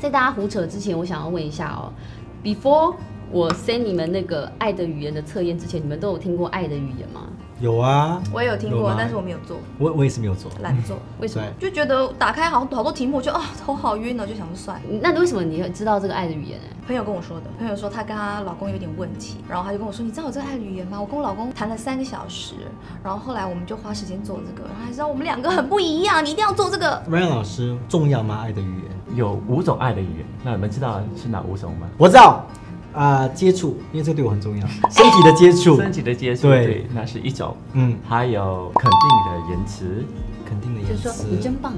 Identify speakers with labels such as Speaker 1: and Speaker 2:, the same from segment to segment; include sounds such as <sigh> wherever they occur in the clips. Speaker 1: 在大家胡扯之前，我想要问一下哦，before 我 send 你们那个爱的语言的测验之前，你们都有听过爱的语言吗？
Speaker 2: 有啊，
Speaker 3: 我也有嗯听过
Speaker 2: 吗，
Speaker 3: 但是我没有做，
Speaker 2: 我我也是没有做，
Speaker 3: 懒做，
Speaker 1: 为什么？
Speaker 3: 就觉得打开好好多题目，就啊头好晕哦，就想说算了。
Speaker 1: 那为什么你会知道这个爱的语言呢？
Speaker 3: 朋友跟我说的，朋友说她跟她老公有点问题，然后她就跟我说，你知道我这个爱语言吗？我跟我老公谈了三个小时，然后后来我们就花时间做这个，然后还知道我们两个很不一样，你一定要做这个。
Speaker 2: 对。Ryan 老师重要吗？爱的语言，
Speaker 4: 有五种爱的语言，那你们知道是哪五种吗？
Speaker 2: 我知道啊、接触，因为这对我很重要，身体的接触，
Speaker 4: 身体的接触，
Speaker 2: 对
Speaker 4: 对，那是一种。
Speaker 2: 嗯，
Speaker 4: 还有肯定的言辞，
Speaker 2: 肯定的
Speaker 1: 就
Speaker 2: 言
Speaker 1: 是说
Speaker 2: 辞，
Speaker 1: 你真棒，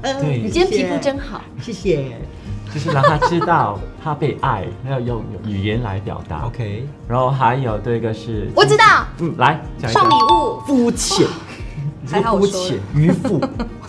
Speaker 2: 对
Speaker 1: 你今天皮肤真好，
Speaker 2: 谢谢
Speaker 4: 就是让他知道他被爱，要用语言来表达。
Speaker 2: 啊，OK，
Speaker 4: 然后还有这个是，
Speaker 3: <laughs> 我知道，
Speaker 4: 嗯，来讲一
Speaker 3: 送
Speaker 4: 下
Speaker 3: 礼。物，
Speaker 2: 肤浅，
Speaker 3: 还好
Speaker 2: 肤
Speaker 3: 我说
Speaker 2: 浅
Speaker 3: 了，
Speaker 2: 渔夫。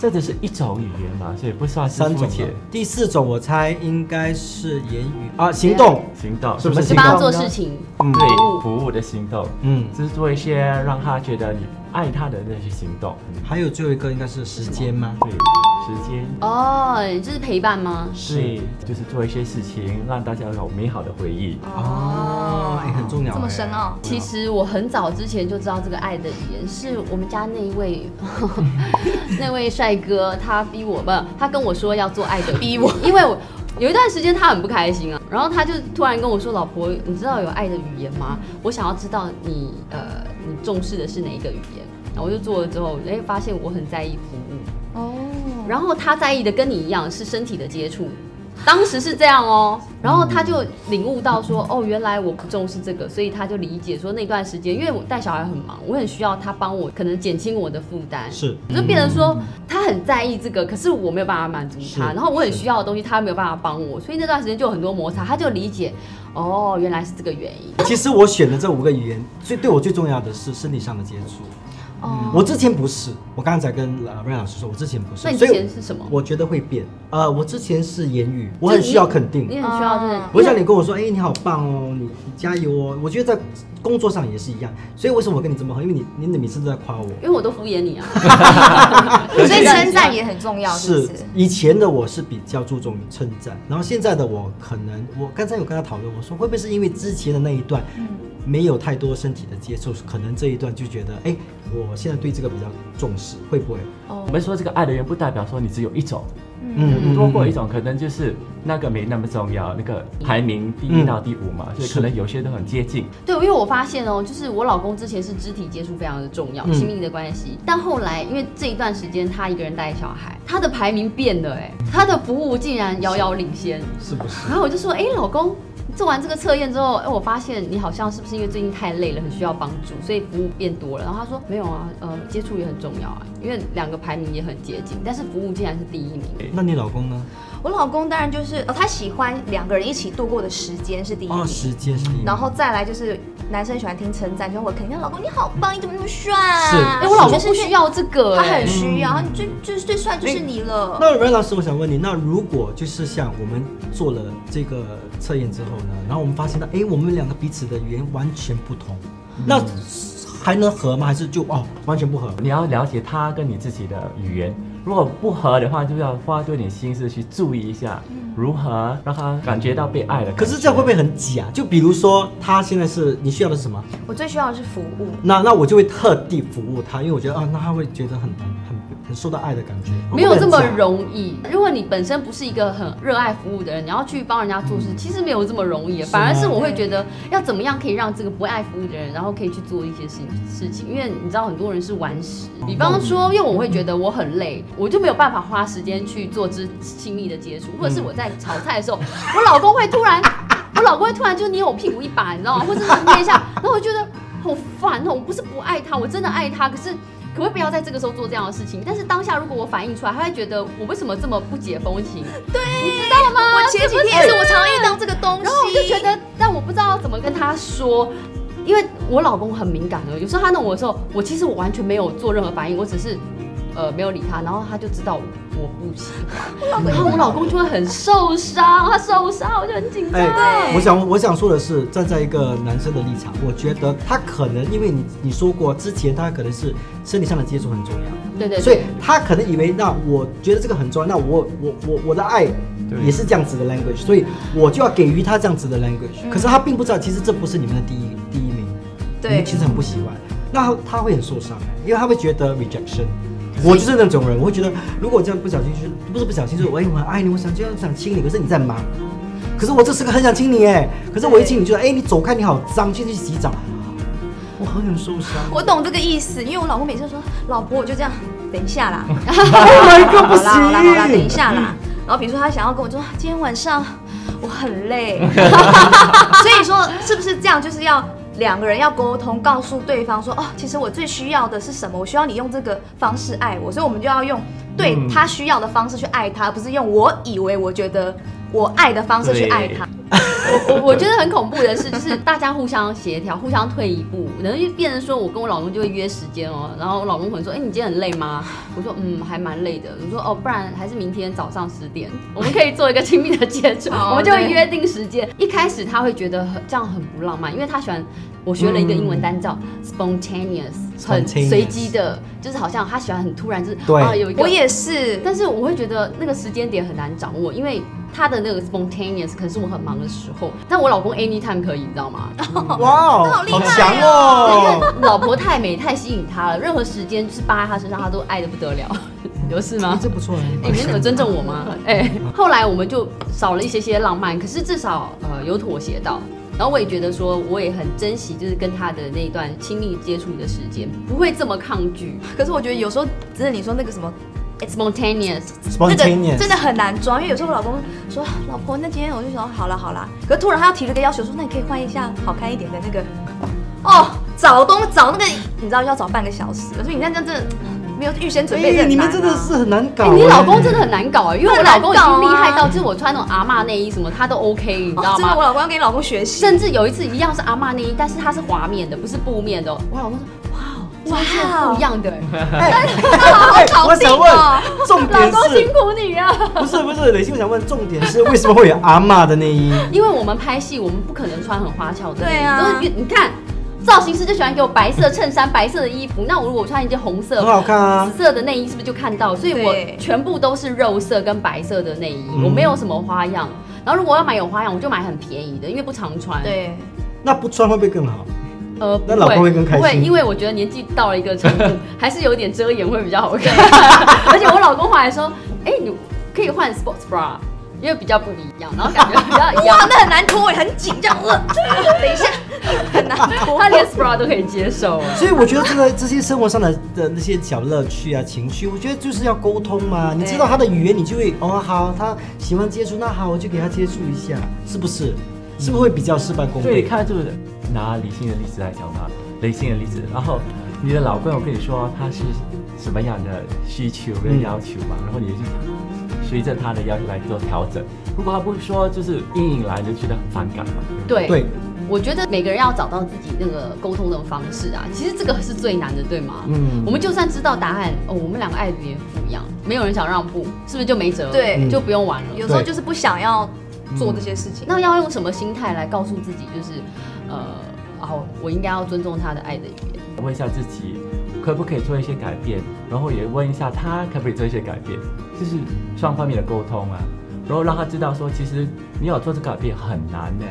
Speaker 4: 这只是一种语言嘛，所以不算是
Speaker 2: 三
Speaker 4: 肤
Speaker 2: 种
Speaker 4: 浅
Speaker 2: 了。第四种我猜应该是言语啊，行动，
Speaker 4: 行动，
Speaker 2: 是不是
Speaker 1: 去
Speaker 2: 行
Speaker 1: 帮他
Speaker 2: 动
Speaker 1: 做事情。
Speaker 2: 嗯
Speaker 4: 对服务的行动，
Speaker 2: 嗯，
Speaker 4: 就是做一些让他觉得你爱他的那些行动。嗯
Speaker 2: 还有最后一个应该是时间吗？
Speaker 4: 对，时间，
Speaker 1: 哦，就是陪伴吗？
Speaker 4: 对，就是做一些事情，让大家有美好的回忆。
Speaker 2: 哦，哎，很重要，
Speaker 3: 这么深奥
Speaker 2: 哎
Speaker 1: 其，实我很早之前就知道这个爱的语言，是我们家那一位那位帅哥，他逼我不，他跟我说要做爱的，
Speaker 3: 逼我，
Speaker 1: 因为我有一段时间他很不开心啊，然后他就突然跟我说：“老婆，你知道有爱的语言吗？我想要知道你呃你重视的是哪一个语言。”然后我就做了之后，哎，发现我很在意服务，
Speaker 3: 哦，
Speaker 1: 然后他在意的跟你一样是身体的接触。当时是这样哦，然后他就领悟到说，哦，原来我不重视这个，所以他就理解说那段时间，因为我带小孩很忙，我很需要他帮我，可能减轻我的负担，
Speaker 2: 是嗯
Speaker 1: 就变成说他很在意这个，可是我没有办法满足他，
Speaker 2: 是
Speaker 1: 然后我很需要的东西他没有办法帮我，所以那段时间就有很多摩擦，他就理解，哦，原来是这个原因。
Speaker 2: 其实我选的这五个语言，最对我最重要的是身体上的接触。
Speaker 3: 哦，
Speaker 2: 我之前不是，我刚才跟呃瑞老师说，我之前不是。
Speaker 1: 那你
Speaker 2: 所以
Speaker 1: 之前是什么
Speaker 2: 我觉得会变。呃，我之前是言语，我很需要肯
Speaker 1: 你
Speaker 2: 定。
Speaker 1: 很需要真的
Speaker 3: 啊，
Speaker 2: 不像你跟我说，哎、你好棒哦，你你加油哦。我觉得在工作上也是一样，所以为什么我跟你这么好？因为你你每次都在夸我。
Speaker 1: 因为我都敷衍你啊，啊
Speaker 3: <laughs> 所以称赞也很重要，是不是？
Speaker 2: 以前的我是比较注重称赞，然后现在的我可能，我刚才有跟他讨论，我说会不会是因为之前的那一段
Speaker 3: 嗯
Speaker 2: 没有太多身体的接触，可能这一段就觉得，哎，我现在对这个比较重视，会不会？
Speaker 3: 哦
Speaker 4: 我们说这个爱的人，不代表说你只有一种，
Speaker 2: 嗯
Speaker 4: 多过一种可能就是那个没那么重要，那个排名第一
Speaker 2: 嗯
Speaker 4: 到第五嘛，所以
Speaker 2: 是
Speaker 4: 可能有些都很接近。
Speaker 1: 对，因为我发现哦、就是我老公之前是肢体接触非常的重要，
Speaker 2: 嗯
Speaker 1: 亲密的关系，但后来因为这一段时间他一个人带小孩，他的排名变了、哎，他的服务竟然遥遥领先。
Speaker 2: 是不是？
Speaker 1: 然后我就说，哎、老公，你做完这个测验之后，哎、我发现你好像是不是因为最近太累了，很需要帮助，所以服务变多了。然后他说没有啊，呃，接触也很重要啊，因为两个排名也很接近，但是服务竟然是第一名。
Speaker 3: 哎
Speaker 2: 那你老公呢？
Speaker 3: 我老公当然就是哦，他喜欢两个人一起度过的时间是第一名
Speaker 2: 哦，。时间是第一
Speaker 3: 然后再来就是男生喜欢听称赞，就我肯定老公你好棒，你怎么那么帅？
Speaker 2: 是
Speaker 1: 哎、我老公
Speaker 3: 就是
Speaker 1: 不需要这个、
Speaker 3: 他
Speaker 1: 哎
Speaker 3: 很需要，你最最最帅就是你了。
Speaker 2: 那阮老师，我想问你，那如果就是像我们做了这个测验之后呢，然后我们发现到，哎，我们两个彼此的语言完全不同，那还能合吗？还是就哦，完全不合？
Speaker 4: 你要了解他跟你自己的语言，如果不合的话，就要花多点心思去注意一下，如何让他感觉到被爱的感觉。
Speaker 2: 嗯可是这样会不会很假？就比如说，他现在是你需要的是什么？
Speaker 3: 我最需要的是服务，
Speaker 2: 那那我就会特地服务他，因为我觉得啊，那他会觉得很很很受到爱的感觉，
Speaker 1: <laughs> 没有这么
Speaker 2: 易。
Speaker 1: 容易。如果你本身不是一个很热爱服务的人，你要去帮人家做事，其实没有这么容易。
Speaker 2: 是吗
Speaker 1: 反而是我
Speaker 3: 嗯
Speaker 1: 会觉得，要怎么样可以让这个不爱服务的人，然后可以去做一些事事情。因为你知道，很多人是顽石。
Speaker 3: 嗯
Speaker 1: 比方说，因为我会觉得我很累，我就没有办法花时间去做之亲密的接触，或者是我在炒菜
Speaker 3: <laughs>
Speaker 1: 的时候，我老公会突然，我老公会突然就捏我屁股一把，你知道吗？或者是捏一下，然后我觉得好烦哦。我不是不爱他，我真的爱他，可是。可不可以不要在这个时候做这样的事情？但是当下如果我反应出来，他会觉得我为什么这么不解风情？
Speaker 3: 我前几天我常遇到这个东西，
Speaker 1: 然后我就觉得，但我不知道怎么跟他说，因为我老公很敏感的，有时候他弄我的时候，我其实我完全没有做任何反应，我只是呃没有理他，然后他就知道我我不喜欢，然后 <laughs> 我老公就会很受伤，他受伤我就很紧张。
Speaker 2: 哎，我想我想说的是，站在一个男生的立场，我觉得他可能因为你你说过之前他可能是身体上的接触很重要，
Speaker 1: 对对对，
Speaker 2: 所以他可能以为那我觉得这个很重要，那我我我我的爱
Speaker 4: 对
Speaker 2: 也是这样子的 language，所以我就要给予他这样子的
Speaker 3: 嗯
Speaker 2: language，、可是他并不知道，其实这不是你们的第一第一名，
Speaker 3: 对
Speaker 2: 你们其实很不喜欢，那他会很受伤，因为他会觉得 rejection。我就是那种人，我会觉得，如果我这样不小心，就是不是不小心，就是我哎，我很爱你，我想就想亲你，可是你在忙，可是我这时刻很想亲你哎，可是我一亲你就哎，你走开，你好脏，去去洗澡，我好想受伤。
Speaker 3: 我懂这个意思，因为我老公每次说，老婆我就这样，等一下
Speaker 2: <laughs>
Speaker 3: 啦，
Speaker 2: 一个
Speaker 3: 好
Speaker 2: 不
Speaker 3: 啦好啦好啦，等一
Speaker 2: 行。
Speaker 3: 下啦。然后比如说他想要跟我说，今天晚上我
Speaker 2: <laughs>
Speaker 3: 很累， <laughs> 所以说是不是这样就是要两个人要沟通，告诉对方说，哦，其实我最需要的是什么，我需要你用这个方式爱我，所以我们就要用对
Speaker 4: 嗯
Speaker 3: 他需要的方式去爱他，而不是用我以为我觉得我爱的方式去爱他。
Speaker 1: 我我觉得很恐怖的是，就是大家互相协调，互相退一步，然后就变成说我跟我老公就会约时间哦，然后我老公可能说，哎、你今天很累吗？我说，嗯，还蛮累的。我说，哦，不然还是明天早上十点，我们可以做一个亲密的接触，
Speaker 3: 哦
Speaker 1: 我们就会
Speaker 3: 对
Speaker 1: 约定时间。一开始他会觉得很这样很不浪漫，因为他喜欢。我学了一个英文
Speaker 3: 嗯
Speaker 1: 单叫 spontaneous，很
Speaker 2: Spontaneous
Speaker 1: 随机的，就是好像他喜欢很突然，就是
Speaker 2: 对
Speaker 1: 啊有一个
Speaker 3: 我也是，
Speaker 1: 但是我会觉得那个时间点很难掌握，因为他的那个 spontaneous 可能是我很忙的时候，但我老公 anytime 可以，你知道吗？
Speaker 2: 哇哦，
Speaker 3: 好厉害
Speaker 2: 好
Speaker 3: 哦
Speaker 2: 强哦！
Speaker 1: 老婆太美太吸引他了，任何时间就是扒在他身上，他都爱的不得了。 <laughs> 有事吗？
Speaker 2: 这不错
Speaker 1: 哎、你
Speaker 2: 哎，
Speaker 1: 们怎么尊重我吗？哎、后来我们就少了一些些浪漫，可是至少呃有妥协到。然后我也觉得说，我也很珍惜，就是跟他的那一段亲密接触的时间，不会这么抗拒。
Speaker 3: 可是我觉得有时候真的你说那个什么
Speaker 1: spontaneous，
Speaker 3: 那个
Speaker 2: spontaneous，
Speaker 3: 真的很难抓，因为有时候我老公说：“老婆，那今天我就想好了好了。”可是突然他要提了个要求，说：“那你可以换一下好看一点的那个。”哦，找东找那个，你知道要找半个小时，所以你看这样真的没有预先准备，
Speaker 2: 哎，
Speaker 3: 这
Speaker 2: 你们
Speaker 3: 很难啊
Speaker 2: 真的是很难
Speaker 1: 哎、
Speaker 2: 搞哎。
Speaker 1: 你老公真的很难搞啊、因为我老公已经
Speaker 3: 很难搞
Speaker 1: 厉
Speaker 3: 啊
Speaker 1: 害到，就是我穿那种阿嬷内衣什么，他都 OK，你知
Speaker 3: 哦
Speaker 1: 道
Speaker 3: 真的，我
Speaker 1: 吗？
Speaker 3: 老公要跟你老公学习。
Speaker 1: 甚至有一次一样是阿嬷内衣，但是它是滑面的，不是布面的哦。我老 <laughs> 公说：“哇，哇，
Speaker 3: 哇哦
Speaker 1: 是不一样的、欸
Speaker 3: <laughs>
Speaker 2: 哎，
Speaker 3: 好搞
Speaker 2: 我想
Speaker 3: 定
Speaker 2: 问
Speaker 3: 哦，
Speaker 2: 重
Speaker 1: 老
Speaker 2: 点
Speaker 1: 公辛
Speaker 2: 是，
Speaker 1: 苦你啊！
Speaker 2: 不是不是，磊鑫，我想问重点是为什么会有阿嬷的
Speaker 1: <laughs>
Speaker 2: 内衣？
Speaker 1: 因为我们拍戏，我们不可能穿很花俏的内衣，
Speaker 3: 对啊
Speaker 1: 都是你看。造型师就喜欢给我白色衬衫、白色的衣服，那我如果穿一件红色、
Speaker 2: 很好看啊
Speaker 1: 紫色的内衣，是不是就看到？所以我
Speaker 3: 对
Speaker 1: 全部都是肉色跟白色的内衣，
Speaker 2: 嗯
Speaker 1: 我没有什么花样。然后如果要买有花样，我就买很便宜的，因为不常穿。
Speaker 3: 对，
Speaker 2: 那不穿会不会更好？
Speaker 1: 呃，
Speaker 2: 那
Speaker 1: 不
Speaker 2: 老公会更开
Speaker 1: 不会，
Speaker 2: 心
Speaker 1: 因为我觉得年纪到了一个程
Speaker 2: <laughs>
Speaker 1: 度，还是有点遮掩会比较好看。而且我老公后来说，哎、你可以换 sports bra，因为比较不一样，然后感觉比较一
Speaker 3: 哇，
Speaker 1: 样。
Speaker 3: 那很难脱，也很紧，这样呃， <laughs> 等一下，很难
Speaker 2: <laughs>
Speaker 3: 脱。
Speaker 1: 他连 bra 都可以接受啊。
Speaker 2: 所以我觉得这个这些生活上的的那些小乐趣啊、情绪，我觉得就是要沟通嘛。你知道他的语言，你就会哦好，他喜欢接触，那好，我就给他接触一下，是不是？是不是会比较事半功
Speaker 4: 所以你
Speaker 2: 倍？
Speaker 4: 看，就是拿理性的例子来讲吧，理性的例子。然后你的老公，我跟你说他是什么样的需求跟要求嘛，然后你就随着他的要求来做调整。如果他不说，就是硬硬来，你就觉得很反感嘛。
Speaker 1: 对，
Speaker 2: 对，
Speaker 1: 我觉得每个人要找到自己那个沟通的方式啊，其实这个是最难的，对吗？
Speaker 2: 嗯
Speaker 1: 我们就算知道答案，哦，我们两个爱的语言不一样，没有人想让步，是不是就没辙了？
Speaker 2: 嗯
Speaker 3: 对
Speaker 1: 就不用玩了。
Speaker 3: 有时候
Speaker 2: 对
Speaker 3: 就是不想要做这些事情。
Speaker 1: 那要用什么心态来告诉自己，就是，呃，好，我应该要尊重他的爱的语言。
Speaker 4: 问一下自己，可不可以做一些改变，然后也问一下他可不可以做一些改变，就是双方面的沟通啊，然后让他知道说，其实你要做这个改变很难呢，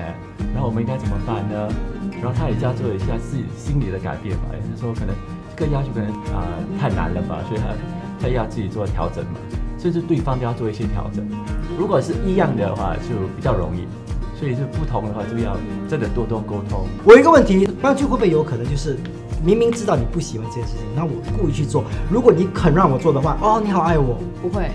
Speaker 4: 然后我们应该怎么办呢？然后他也就要做一下自己心理的改变吧，也就是说可能这个要求可能啊、呃太难了吧，所以他他要自己做调整嘛，甚至对方都要做一些调整。如果是一样的话，就比较容易。所以是不同的话，就要真的多多沟通。
Speaker 2: 我有一个问题，那就会不会有可能就是明明知道你不喜欢这件事情，那我故意去做？如果你肯让我做的话，哦，你好爱我，
Speaker 1: 不会，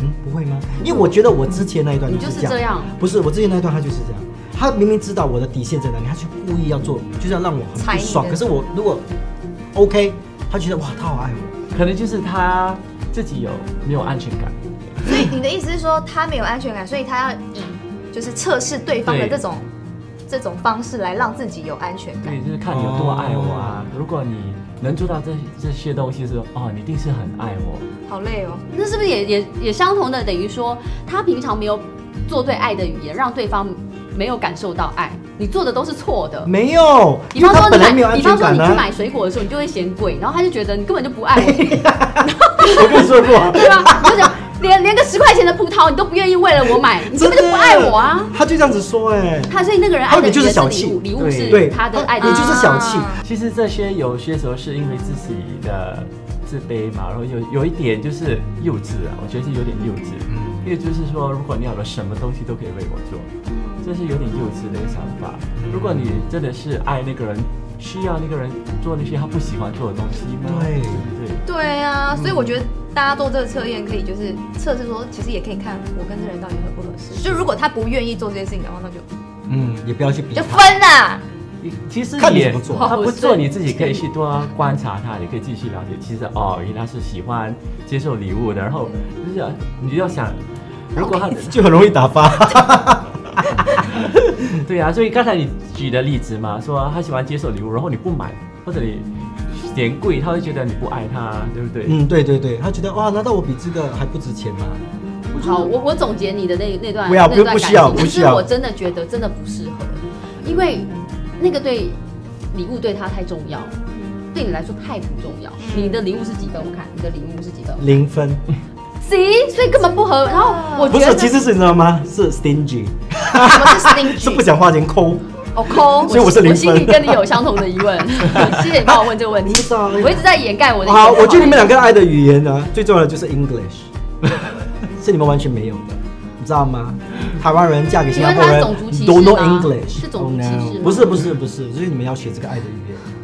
Speaker 2: 嗯，不会吗？因为我觉得我之前那一段
Speaker 1: 你
Speaker 2: 就
Speaker 1: 就是是这
Speaker 2: 这样，
Speaker 1: 样
Speaker 2: 不是我之前那一段他就是这样，他明明知道我的底线在哪里，他却故意要做，就是要让我很
Speaker 3: 踩
Speaker 2: 不
Speaker 3: 你
Speaker 2: 爽。
Speaker 3: 的
Speaker 2: 可是我如果 OK，他觉得哇，他好爱我，
Speaker 4: 可能就是他自己有没有安全感，
Speaker 3: 所以你的意思是说他没有安全感，所以他要以就是测试对方的
Speaker 4: 对
Speaker 3: 这种这种方式来让自己有安全感
Speaker 4: 对，。就是看你有多爱我啊。
Speaker 2: 哦
Speaker 4: 如果你能做到这这些东西的时候，哦，你一定是很爱我。
Speaker 3: 好累哦，
Speaker 1: 那是不是也也也相同的，等于说他平常没有做对爱的语言，让对方没有感受到爱，你做的都是错的。
Speaker 2: 没有，
Speaker 1: 比
Speaker 2: 因为
Speaker 1: 方
Speaker 2: 他
Speaker 1: 说你
Speaker 2: 本来
Speaker 1: 买
Speaker 2: 没有， <laughs> 安
Speaker 1: 比
Speaker 2: 全
Speaker 1: 方说
Speaker 2: 感啊
Speaker 1: 你
Speaker 2: 呢、
Speaker 1: 去买水果的时候，你就会嫌贵，然后他就觉得你根本就不爱我，
Speaker 2: 我跟你说过，
Speaker 1: 对吧？你就讲 <laughs> 连连个十块钱的葡萄你都不愿意为了我买，你根
Speaker 2: 真
Speaker 1: 本
Speaker 2: 的
Speaker 1: 就不爱我啊！
Speaker 2: 他就这样子说哎、
Speaker 1: 他所以那个人爱
Speaker 2: 他说
Speaker 1: 的
Speaker 2: 你就是
Speaker 1: 礼
Speaker 2: 小
Speaker 1: 物
Speaker 2: 气
Speaker 1: 礼物
Speaker 4: 对
Speaker 1: 是
Speaker 2: 对哦
Speaker 1: 他的爱
Speaker 2: 你
Speaker 1: 的
Speaker 2: 就
Speaker 1: 礼物，
Speaker 2: 是小气
Speaker 3: 啊
Speaker 4: 其实这些有些时候是因为自己的自卑嘛，然后有有一点就是幼稚啊，我觉得是有点幼稚。
Speaker 2: 嗯
Speaker 4: 一个就是说，如果你有了什么东西都可以为我做，这是有点幼稚的一个想法。
Speaker 2: 嗯
Speaker 4: 如果你真的是爱那个人，需要那个人做那些他不喜欢做的东西吗？
Speaker 2: 对
Speaker 4: 不对？
Speaker 3: 对
Speaker 4: 嗯
Speaker 3: 啊，所以我觉得大家做这个测验可以就是测试说，其实也可以看我跟这人到底合不合适。就如果他不愿意做这件事情的话，那就
Speaker 2: 嗯，也不要去比
Speaker 3: 就
Speaker 2: 他，
Speaker 3: 分啦。
Speaker 4: 你其实
Speaker 2: 看你
Speaker 4: 也
Speaker 2: 怎么做
Speaker 4: 他不
Speaker 1: 我
Speaker 4: 做
Speaker 1: 是
Speaker 4: 你自己可以去多观察他，也可以继续了解。其实哦，原来是喜欢接受礼物的，然后就是你要想，如果他
Speaker 2: 就很容易打发。
Speaker 4: 对啊，所以刚才你举的例子嘛，说他喜欢接受礼物，然后你不买，或者你嫌贵，他会觉得你不爱他，对不对？
Speaker 2: 嗯，对对对，他觉得哇，难道我比这个还不值钱吗？
Speaker 1: 好，我我总结你的那那段
Speaker 2: 不要
Speaker 1: 那
Speaker 2: 不
Speaker 1: 段
Speaker 2: 不
Speaker 1: 感
Speaker 2: 需要
Speaker 1: 情
Speaker 2: 不
Speaker 1: 其
Speaker 2: 需
Speaker 1: 实
Speaker 2: 要
Speaker 1: 我真的觉得真的不适合，因为那个对礼物对他太重要，对你来说太不重要。
Speaker 2: 嗯
Speaker 1: 你的礼物是几分？我看你的礼物是几分
Speaker 2: 零分，
Speaker 1: ？C，所以根本不合。然后我
Speaker 2: 哦不
Speaker 1: 觉得
Speaker 2: 是，其实是你知道吗？是
Speaker 1: <laughs>
Speaker 2: stingy，
Speaker 3: 什么
Speaker 2: <laughs>
Speaker 3: 是 stingy？
Speaker 2: 是不想花钱抠。
Speaker 3: 哦抠，
Speaker 2: 所以我是零
Speaker 1: 我
Speaker 2: 分
Speaker 1: 心里跟你有相同的疑
Speaker 2: <laughs>
Speaker 1: 问，谢谢你帮我问这个问题。
Speaker 2: Sorry
Speaker 1: 我一直在掩盖我的。
Speaker 2: 好，我觉得你们两个爱的语言呢，最重要的就是
Speaker 1: <laughs>
Speaker 2: English，是你们完全没有的，你知道吗？台湾人嫁给新加
Speaker 1: 请
Speaker 2: 坡
Speaker 1: 问他
Speaker 2: 人
Speaker 1: 是种族歧视
Speaker 2: ，don't know
Speaker 1: 吗
Speaker 2: English，
Speaker 1: 是种族歧视
Speaker 2: Oh no
Speaker 1: 吗
Speaker 2: 不是不是不是，就是你们要学这个爱的语言。